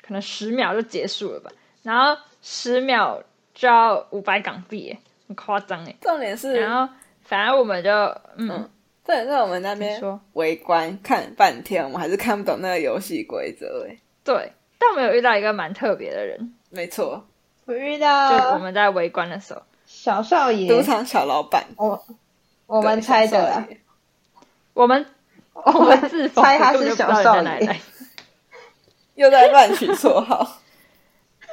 S4: 可能十秒就结束了吧，然后十秒就要五百港币耶，很夸张哎。
S1: 重点是，
S4: 然后反正我们就嗯，
S1: 重点是我们那
S4: 你
S1: 边
S4: 说
S1: 围观看半天，我们还是看不懂那个游戏规则。哎，
S4: 对，但我们有遇到一个蛮特别的人，
S1: 没错，
S2: 我遇
S4: 就我
S2: 到
S4: 们在围观的时候，
S2: 小少爷，
S1: 赌场小老板，
S2: 我我们猜的
S1: 对小
S2: 啦
S1: 少，爷
S4: 我们
S2: 我
S4: 我们自封
S2: 哦猜他
S4: 根本
S2: 是
S4: 就
S2: 小
S4: 不知道
S2: 少
S4: 人家哪里
S2: 爷，
S4: 来，
S1: 又在乱取绰号。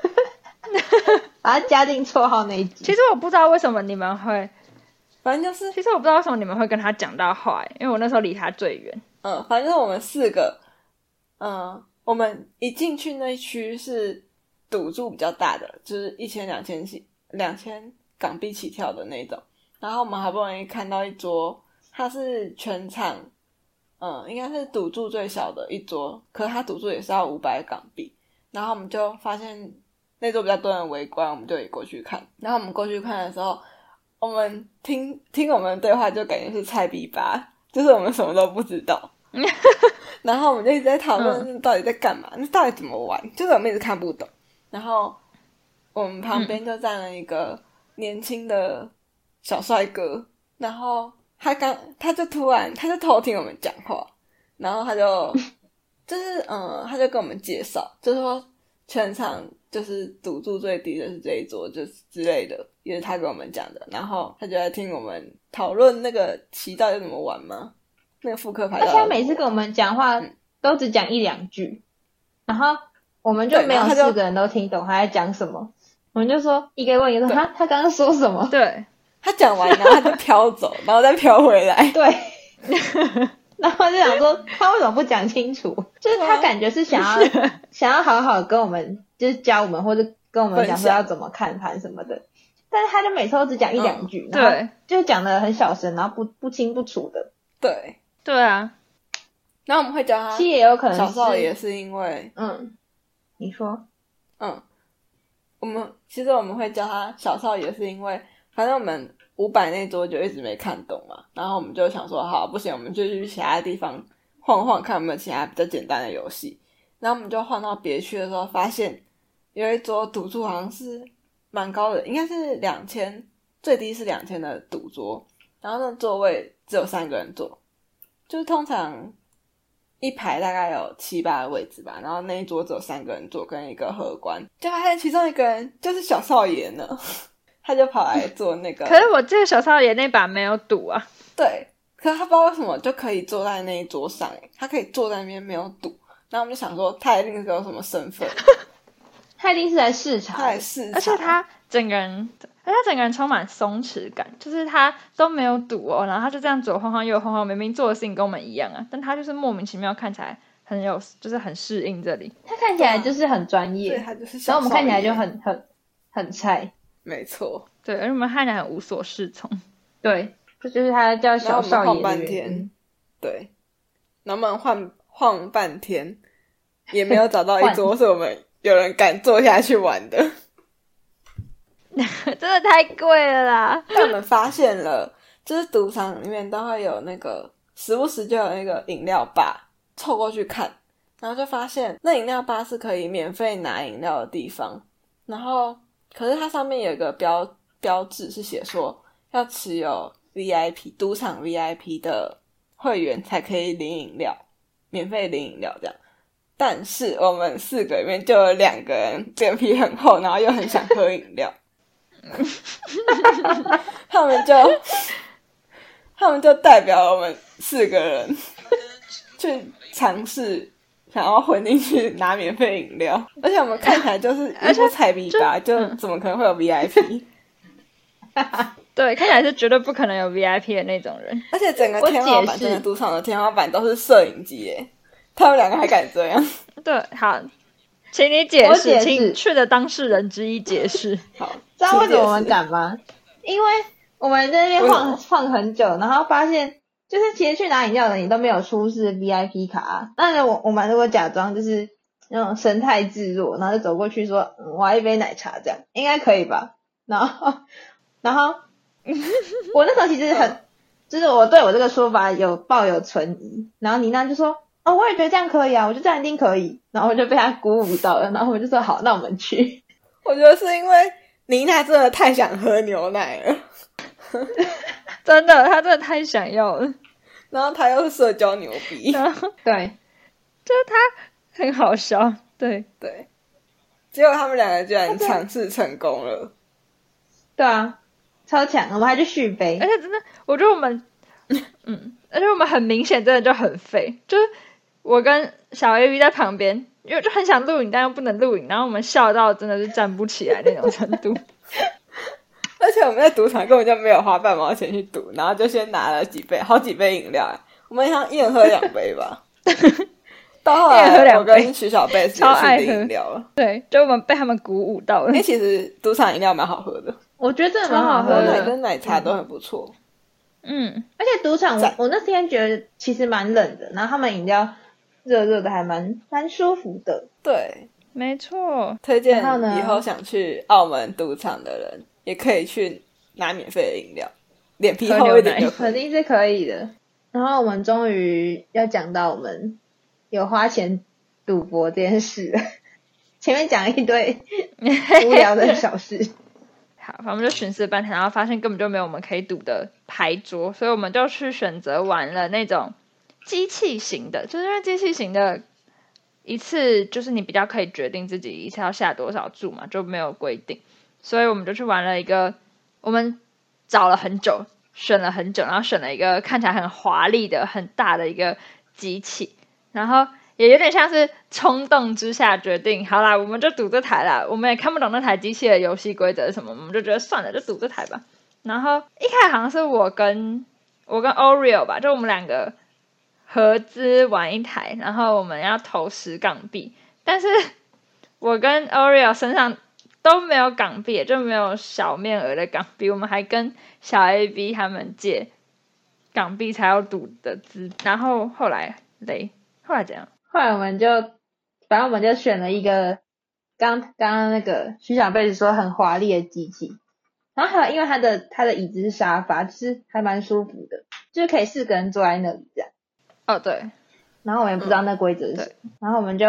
S2: 把他加进绰号那一集。
S4: 其实我不知道为什么你们会，
S1: 反正就是
S4: 其实我不知道为什么你们会跟他讲到话、欸，因为我那时候离他最远，
S1: 嗯，反正我们四个，嗯，我们一进去那区是赌注比较大的，就是一千、两千起、两千港币起跳的那种。然后我们好不容易看到一桌，它是全场，嗯，应该是赌注最小的一桌，可是它赌注也是要五百港币。然后我们就发现那桌比较多人围观，我们就也过去看。然后我们过去看的时候，我们听听我们的对话，就感觉是菜逼吧，就是我们什么都不知道。然后我们就一直在讨论那到底在干嘛，那到底怎么玩，就是我们一直看不懂。然后我们旁边就站了一个年轻的小帅哥，然后他刚他就突然他就偷听我们讲话，然后他就就是嗯，他就跟我们介绍，就说全场就是赌注最低的是这一桌，就是之类的，也是他跟我们讲的。然后他就在听我们讨论那个棋到底怎么玩吗？那个复刻牌到底
S2: 而且
S1: 怎么玩，
S2: 他每次跟我们讲话
S1: 嗯
S2: 都只讲一两句，然后我们就
S1: 对
S2: 没有
S1: 然后他就
S2: 四个人都听懂他在讲什么，我们就说一个问一个说哈，他刚刚说什么？
S4: 对，
S1: 他讲完，然后他就飘走，然后再飘回来。
S2: 对，然后就想说他为什么不讲清楚？
S1: 啊
S2: 就是他感觉是想 要想要好好跟我们，就是教我们或者跟我们讲说要怎么看盘什么的，但是他就每次都只讲一两
S1: 嗯
S2: 句，然后
S4: 对
S2: 就讲的很小声，然后不不清不楚的。
S1: 对，
S4: 对啊，
S1: 然后我们会教他
S2: 其实也有可能
S1: 啊小
S2: 是
S1: 时候也是因为，
S2: 嗯，你说
S1: 嗯，我们其实我们会教他小少也是因为，反正我们五百那桌就一直没看懂嘛，然后我们就想说，好，不行，我们就去其他地方晃晃，看有没有其他比较简单的游戏。然后我们就晃到别区的时候，发现有一桌赌注好像是蛮高的，应该是两千，最低是两千的赌桌，然后那座位只有三个人坐，就是通常一排大概有七八个位置吧，然后那一桌只有三个人坐跟一个荷官，就发现其中一个人就是小少爷呢， 他就跑来坐那个，
S4: 可是我记得小少爷那把没有赌啊，
S1: 对，可是他不知道为什么就可以坐在那一桌上，欸他可以坐在那边没有赌，然后我们就想说他一定是有什么身份，
S2: 他一定是来视察的，
S1: 他也是，
S4: 而且他整个人，而且他整个人充满松弛感，就是他都没有赌哦，然后他就这样左晃晃右晃晃，明明做的事情跟我们一样啊，但他就是莫名其妙看起来很有，就是很适应这里。
S2: 他看起来就是很专
S1: 对
S2: 业，
S1: 他就是小
S2: 然后我们看起来
S1: 少爷
S2: 就很很很菜，
S1: 没错，
S4: 对，而且我们看起来很无所适从。
S2: 对，这就是他叫
S1: 然后
S2: 小
S1: 我们
S2: 少
S1: 晃
S2: 爷的
S1: 半
S2: 原因
S1: 天，对，然后我们晃晃半天也没有找到一
S2: 换
S1: 桌是我们有人敢坐下去玩的。
S4: 真的太贵了啦！
S1: 但我们发现了，就是赌场里面都会有那个时不时就有那个饮料吧，凑过去看，然后就发现那饮料吧是可以免费拿饮料的地方，然后可是它上面有一个标标志是写说要持有 VIP 赌场 VIP 的会员才可以领饮料，免费领饮料这样。但是我们四个里面就有两个人脸皮很厚，然后又很想喝饮料，他们 就他们就代表我们四个人去尝试想要混进去拿免费饮料，而且我们看起来 就是一副菜逼吧，
S2: 嗯
S1: 就怎么可能会有 VIP？
S4: 对，看起来是绝对不可能有 VIP 的那种人。
S1: 而且整个
S2: 我
S1: 天花
S2: 解
S1: 板，
S2: 释
S1: 整个赌场的天花板都是摄影机耶，他们两个还敢这 样？
S4: 对，好，请你解
S2: 我
S4: 释，
S2: 解释
S4: 请去的当事人之一解释。
S1: 好，
S2: 知道为什么我
S1: 请
S2: 们
S1: 解释？
S2: 敢吗？因为我们在那边
S1: 为什么
S2: 晃晃很久，然后发现就是其实去拿饮料的你都没有出示 VIP 卡、啊，那我我们如果假装就是那种神态自若，然后就走过去说、嗯、我要一杯奶茶这样，应该可以吧？然后然后我那时候其实很就是我对我这个说法有抱有存疑，然后妮娜就说。哦，我也觉得这样可以啊，我就这样一定可以。然后我就被她鼓舞到了，然后我就说好，那我们去。
S1: 我觉得是因为妮娜真的太想喝牛奶了，
S4: 真的，他真的太想要了，
S1: 然后她又是社交牛逼。
S4: 然后
S2: 对，
S4: 就是他很好笑。对，
S1: 对，结果他们两个居然尝试成功了。
S2: 对啊，超强，我们还去续杯
S4: 而，且真的，我觉得我们，嗯，而且我们很明显真的就很废，就是我跟小 A V 在旁边，因为就很想录影，但又不能录影，然后我们笑到真的是站不起来那种程度。
S1: 而且我们在赌场根本就没有花半毛钱去赌，然后就先拿了几杯，好几杯饮料、哎，我们想一人喝两杯 吧。到后
S4: 一人喝
S1: 来，我
S4: 两杯
S1: 跟徐小 贝
S4: 超爱
S1: 是
S4: 喝
S1: 饮料了。
S4: 对，就我们被他们鼓舞到了
S1: 因为。其实赌场饮料蛮好喝的，
S2: 我觉得真的
S4: 超
S2: 蛮
S4: 好
S2: 好
S4: 喝
S2: 喝
S1: 牛奶
S4: 的
S2: 的。
S1: 跟奶茶都很不错。
S4: 嗯，
S2: 而且赌场
S1: 赞
S2: 我我那天觉得其实蛮冷的，然后他们饮料热热的，还蛮蛮舒服的。
S1: 对，
S4: 没错。
S1: 推荐
S2: 然后呢
S1: 以后想去澳门赌场的人，也可以去拿免费的饮料，脸皮
S4: 喝
S1: 厚
S4: 牛
S1: 一点
S4: 奶
S1: 就可
S2: 肯
S1: 以。
S2: 定是可以的。然后我们终于要讲到我们有花钱赌博这件事 了，前面讲一堆无聊的小事，
S4: 好，反正我们就巡视半天，然后发现根本就没有我们可以赌的牌桌，所以我们就去选择玩了那种机器型的，就是因为机器型的一次就是你比较可以决定自己一次要下多少注嘛，就没有规定，所以我们就去玩了一个，我们找了很久，选了很久，然后选了一个看起来很华丽的、很大的一个机器，然后。也有点像是冲动之下决定，好啦，我们就赌这台啦。我们也看不懂那台机器的游戏规则是什么，我们就觉得算了，就赌这台吧。然后一开始好像是我跟我跟 Oreo 吧，就我们两个合资玩一台，然后我们要投十港币，但是我跟 Oreo 身上都没有港币，就没有小面额的港币，我们还跟小 A B 他们借港币才要赌的资，然后后来嘞，后来怎样？
S2: 后来我们就，反正我们就选了一个刚刚刚那个徐小贝子说很华丽的机器，然后还有因为它的它的椅子是沙发，就是还蛮舒服的，就是可以四个人坐在那里这样。
S4: 哦，对，
S2: 然后我们也不知道那规则是什么，然后我们就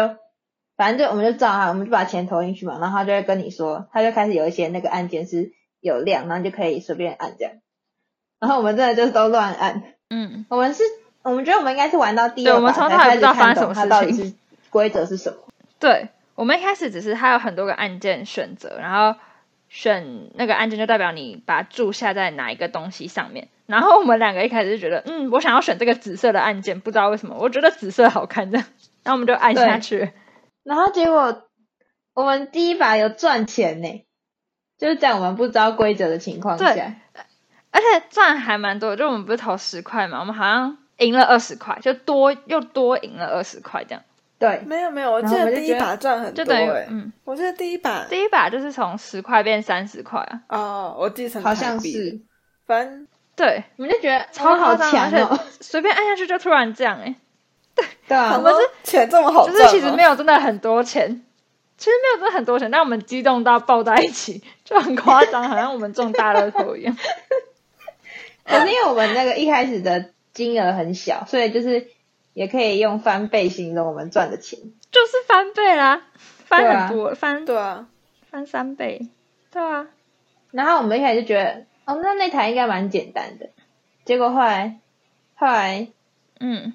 S2: 反正就我们就照他，我们就把钱投进去嘛，然后他就会跟你说，他就开始有一些那个按键是有量，然后你就可以随便按这样。然后我们真的就都乱按，
S4: 嗯，
S2: 我们是，我们觉得我们应该是玩到第
S4: 对我
S2: 二
S4: 们
S2: 把
S4: 从
S2: 才开
S4: 头也不
S2: 始
S4: 知道发
S2: 看
S4: 生
S2: 懂
S4: 什么
S2: 它到
S4: 事
S2: 底
S4: 情
S2: 是规则是什么。
S4: 对，我们一开始只是它有很多个按键选择，然后选那个按键就代表你把注下在哪一个东西上面。然后我们两个一开始就觉得，嗯，我想要选这个紫色的按键，不知道为什么，我觉得紫色好看这 样，然后我们就按
S2: 对
S4: 下去。
S2: 然后结果我们第一把有赚钱呢，就是在我们不知道规则的情况
S4: 对
S2: 下，
S4: 而且赚还蛮多的，就我们不是投十块嘛，我们好像赢了二十块，就多又多赢了二十块这样，
S2: 对
S1: 没有没有，我
S2: 然
S1: 记
S2: 后我
S1: 得
S2: 们就
S1: 第
S2: 觉
S1: 一
S2: 得
S1: 把赚很
S4: 就
S1: 多
S4: 等于
S1: 哎、
S4: 嗯，
S1: 我记得第一把
S4: 第一把就是从十块变三十块啊，
S1: 哦，我记成
S2: 好像
S1: 台币
S2: 是，
S1: 反正
S4: 对，
S2: 我们就觉得
S4: 超
S2: 超
S4: 夸
S2: 好
S4: 张，
S2: 强
S4: 而
S2: 哦
S4: 且，随便按下去就突然这样哎、
S2: 对
S1: 想
S2: 啊，
S1: 说钱这么好
S4: 哦就
S1: 赚
S4: 是
S1: 吗，
S4: 其实没有真的很多钱，其实没有真的很多钱，但我们激动到抱在一起，就很夸张，好像我们中大乐透一样。
S2: 可是因为我们那个一开始的金额很小，所以就是也可以用翻倍形容我们赚的钱。
S4: 就是翻倍啦，
S2: 对
S4: 翻
S2: 啊
S4: 很多，翻
S1: 对啊，
S4: 翻三倍，对啊，
S2: 然后我们一开始就觉得，哦，那那台应该蛮简单的，结果后来后来
S4: 嗯，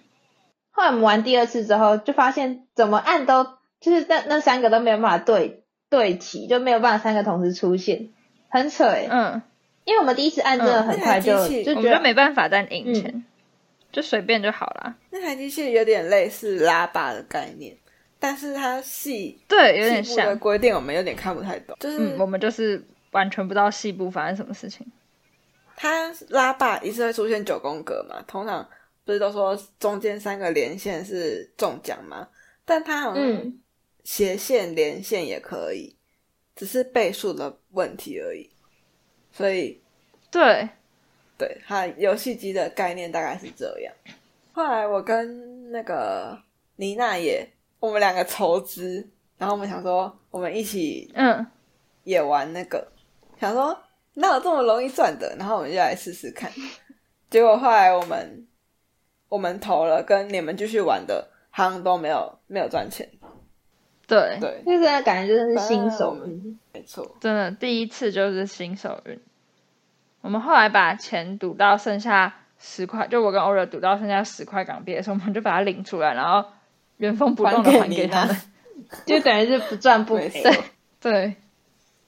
S2: 后来我们玩第二次之后，就发现怎么按都就是那那三个都没有办法对对齐，就没有办法三个同时出现，很扯哎、
S4: 嗯，
S2: 因为我们第一次按真的
S1: 嗯
S2: 很快就、
S1: 那台机器
S2: 就
S4: 我
S2: 觉
S4: 们就
S2: 得
S4: 没办法再赢钱，就随便就好啦。
S1: 那台机器有点类似拉霸的概念，但是它细
S4: 对，有点
S1: 细部的
S4: 像，
S1: 规定，我们有点看不太懂。就是、
S4: 嗯，我们就是完全不知道细部发生什么事情。
S1: 它拉霸一次会出现九宫格嘛，通常不是都说中间三个连线是中奖吗？但它好像
S2: 嗯，
S1: 斜线、连线也可以，只是倍数的问题而已。所以
S4: 对，
S1: 对，它游戏机的概念大概是这样。后来我跟那个妮娜也，我们两个筹资，然后我们想说，我们一起
S4: 嗯，
S1: 也玩那个，想说哪有这么容易赚的，然后我们就来试试 看。结果后来我们我们投了，跟你们继续玩的，好像都没有没有赚钱。
S4: 对，
S1: 对，
S2: 就是感觉真的是新手
S1: 反正我
S2: 运，
S1: 没错，
S4: 真的第一次就是新手运。我们后来把钱赌到剩下十块，就我跟欧热赌到剩下十块港币的时候，我们就把它领出来，然后原封不动的还
S1: 还给
S4: 给
S1: 你
S4: 他
S1: 拿
S4: 们。
S2: 就等于是不赚不
S1: 没
S2: 赔。
S1: 错。
S4: 对，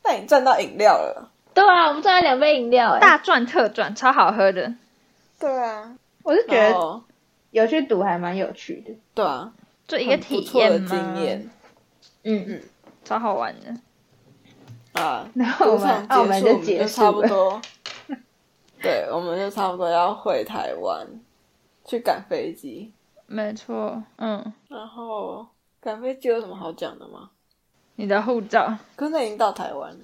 S1: 那你赚到饮料了？
S2: 对啊，我们赚了两杯饮料哎、
S4: 大赚特赚，超好喝的。
S1: 对啊，
S2: 我是觉
S1: 然
S2: 得
S1: 后
S2: 有去赌还蛮有趣的。
S1: 对啊，
S4: 就一
S1: 一
S4: 个体
S1: 的
S4: 验嘛
S1: 经验
S2: 嗯，
S4: 超好玩的。
S1: 啊。
S2: 然后
S1: 赌
S2: 我
S1: 场
S2: 们澳门
S1: 结束，我们
S2: 结
S1: 就
S2: 束
S1: 差不
S2: 了，
S1: 多。对，我们就差不多要回台湾，去赶飞机。
S4: 没错，嗯，
S1: 然后赶飞机有什么好讲的吗？
S4: 你的护照，
S1: 可是那已经到台湾了，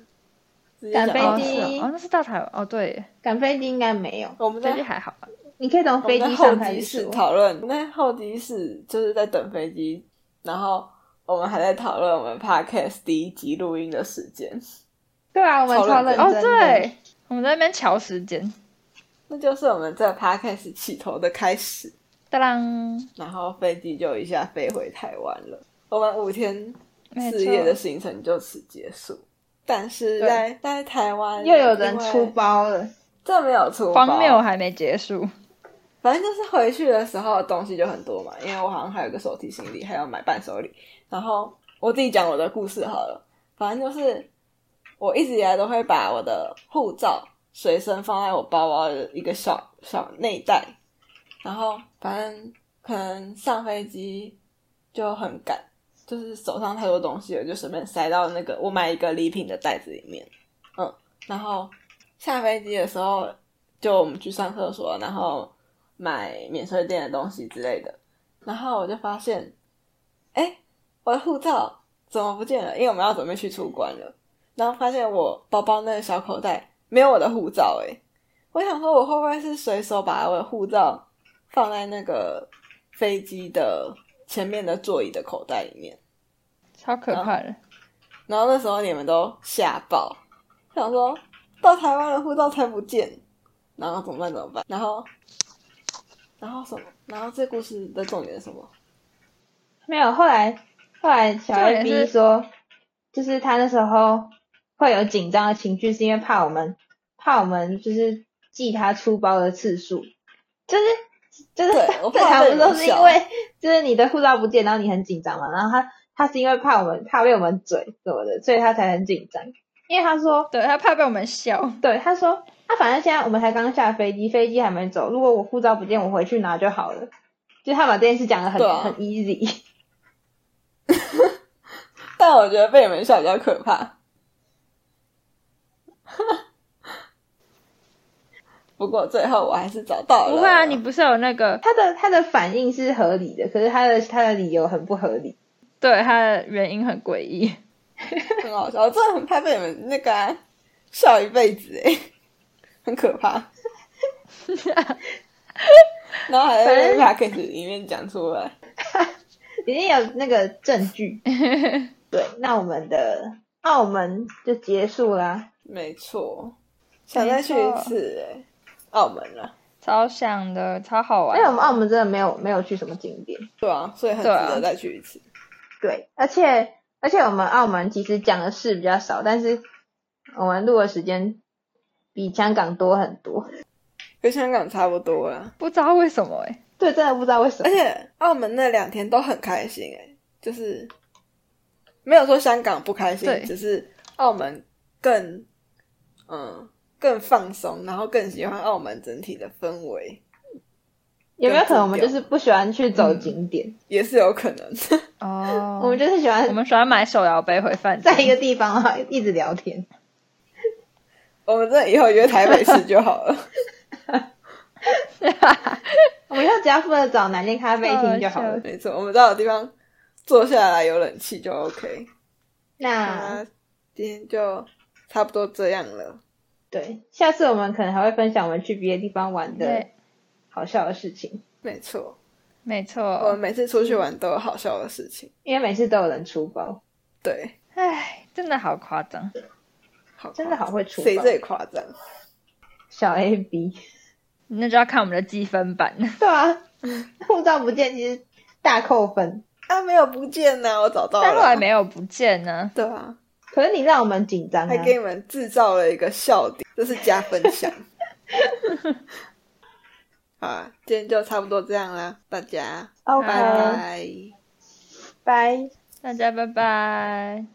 S1: 直接
S2: 赶
S1: 讲
S2: 飞
S4: 哦
S1: 到
S2: 机
S1: 台
S4: 是
S1: 湾
S4: 哦，哦那是到台湾哦，对耶，
S2: 赶飞机应该没有，
S1: 我们在
S4: 飞机还好吧？
S2: 你可以从
S1: 我
S2: 飞
S1: 们在
S2: 机
S1: 候
S2: 上开
S1: 机
S2: 始
S1: 室
S2: 说。
S1: 讨论，我们在候机室就是在等飞机，然后我们还在讨论我们 podcast 第一集录音的时间，
S2: 对啊，我们
S1: 超
S2: 超认
S1: 认
S2: 真
S1: 真
S2: 的。
S4: 哦，对，我们在那边瞧时间，
S1: 那就是我们这 podcast 起头的开始。
S4: 当当，
S1: 然后飞机就一下飞回台湾了，我们五天
S4: 没
S1: 四夜的
S4: 错，
S1: 行程就此结束。但是
S4: 对
S1: 在在台湾
S2: 又有人
S1: 因为
S2: 出包了，
S1: 这没有出包
S4: 荒谬还没结束。
S1: 反正就是回去的时候东西就很多嘛，因为我好像还有一个手提行李，还要买伴手礼。然后我自己讲我的故事好了，反正就是我一直以来都会把我的护照随身放在我包包的一个小小内袋，然后反正可能上飞机就很赶，就是手上太多东西了，就随便塞到那个我买一个礼品的袋子里面，嗯，然后下飞机的时候就我们去上厕所，然后买免税店的东西之类的。然后我就发现，哎，我的护照怎么不见了？因为我们要准备去出关了。然后发现我包包那个小口袋没有我的护照、哎，我想说我会不会是随手把我的护照放在那个飞机的前面的座椅的口袋里面？
S4: 超可
S1: 嗯
S4: 怕的。
S1: 然后那时候你们都吓爆，想说到台湾的护照才不见，然后怎么办？怎么办？然后，然后什么？然后这故事的重点是什么？
S2: 没有，后来后来小
S4: 重点
S2: A
S4: 是
S2: B 说，就是他那时候会有紧张的情绪，是因为怕我们怕我们就是记他出包的次数，就是就是
S1: 对我怕被
S2: 正常啊不
S1: 你
S2: 都
S1: 们
S2: 是因
S1: 笑
S2: 为就是你的护照不见，然后你很紧张嘛，然后他他是因为怕我们怕被我们嘴什么的，所以他才很紧张，因为他说
S4: 对他怕被我们笑，
S2: 对，他说，他反正现在我们才刚下飞机，飞机还没走，如果我护照不见，我回去拿就好了。就他把这件事讲的很、
S1: 对啊
S2: 很 easy，
S1: 但我觉得被你们笑比较可怕。 不过最后我还是找到了。
S4: 不会啊，你不是有那个
S2: 他的他的反应是合理的，可是他的他的理由很不合理。
S4: 对他的原因很诡异，
S1: 很好笑，我真的很怕被你们那个啊、笑一辈子哎，很可怕。然后还在那个 podcast 里面讲出来，
S2: 已经有那个证据。对，那我们的澳门就结束啦。
S1: 没错，想再去一次哎，澳门了，
S4: 超想的，超好玩
S2: 哎
S1: 哎
S2: 因为我。们澳门真的没有没有去什么景点。
S1: 对啊，所以很值
S4: 对啊
S1: 得再去一次。
S2: 对，而且而且我们澳门其实讲的事比较少，但是我们录的时间比香港多很多。
S1: 跟香港差不多啦，
S4: 不知道为什么哎、
S2: 对，真的不知道为什么
S1: 而。且澳门那两天都很开心哎，就是没有说香港不开心
S4: 对，
S1: 只是澳门更嗯更放松，然后更喜欢澳门整体的氛围。
S2: 有没有可能我们就是不喜欢去走景点，
S1: 也是有可能。
S4: 哦，
S2: 我们就是喜
S4: 我
S2: 欢
S4: 们喜欢买手摇杯回饭店
S2: 在一个地方然后一直聊天？
S1: 我们这以后约台北市就好 了。
S2: 我们以后只要负责找南店咖啡厅就好
S4: 好
S2: 了。
S1: 没错，我们到的地方坐下来有冷气就 OK。
S2: 那
S1: 那今天就差不多这样了。
S2: 对，下次我们可能还会分享我们去别的地方玩的
S4: 对，
S2: 好笑的事情，
S1: 没错，我
S4: 没
S1: 们
S4: 错。
S1: 每次出去玩都有好笑的事情。
S2: 因为每次都有人出包，
S1: 对，
S4: 唉，真的好夸张。
S1: 好夸张，
S2: 真的好会出包
S1: 谁最夸张？
S2: 小 A B。
S4: 那就要看我们的积分板。
S2: 对啊，
S1: 嗯
S2: 护照不见其实大扣分，
S1: 啊，没有不见呢、我找到了。
S4: 但后来没有不见呢。
S1: 对啊，
S2: 可是你让我们紧张啊
S1: 还。给你们制造了一个笑 点，这是加分项。 好啊，今天就差不多这样啦，大家
S4: 啊
S2: OK，
S1: 拜拜。
S2: 拜。
S4: 大家拜拜。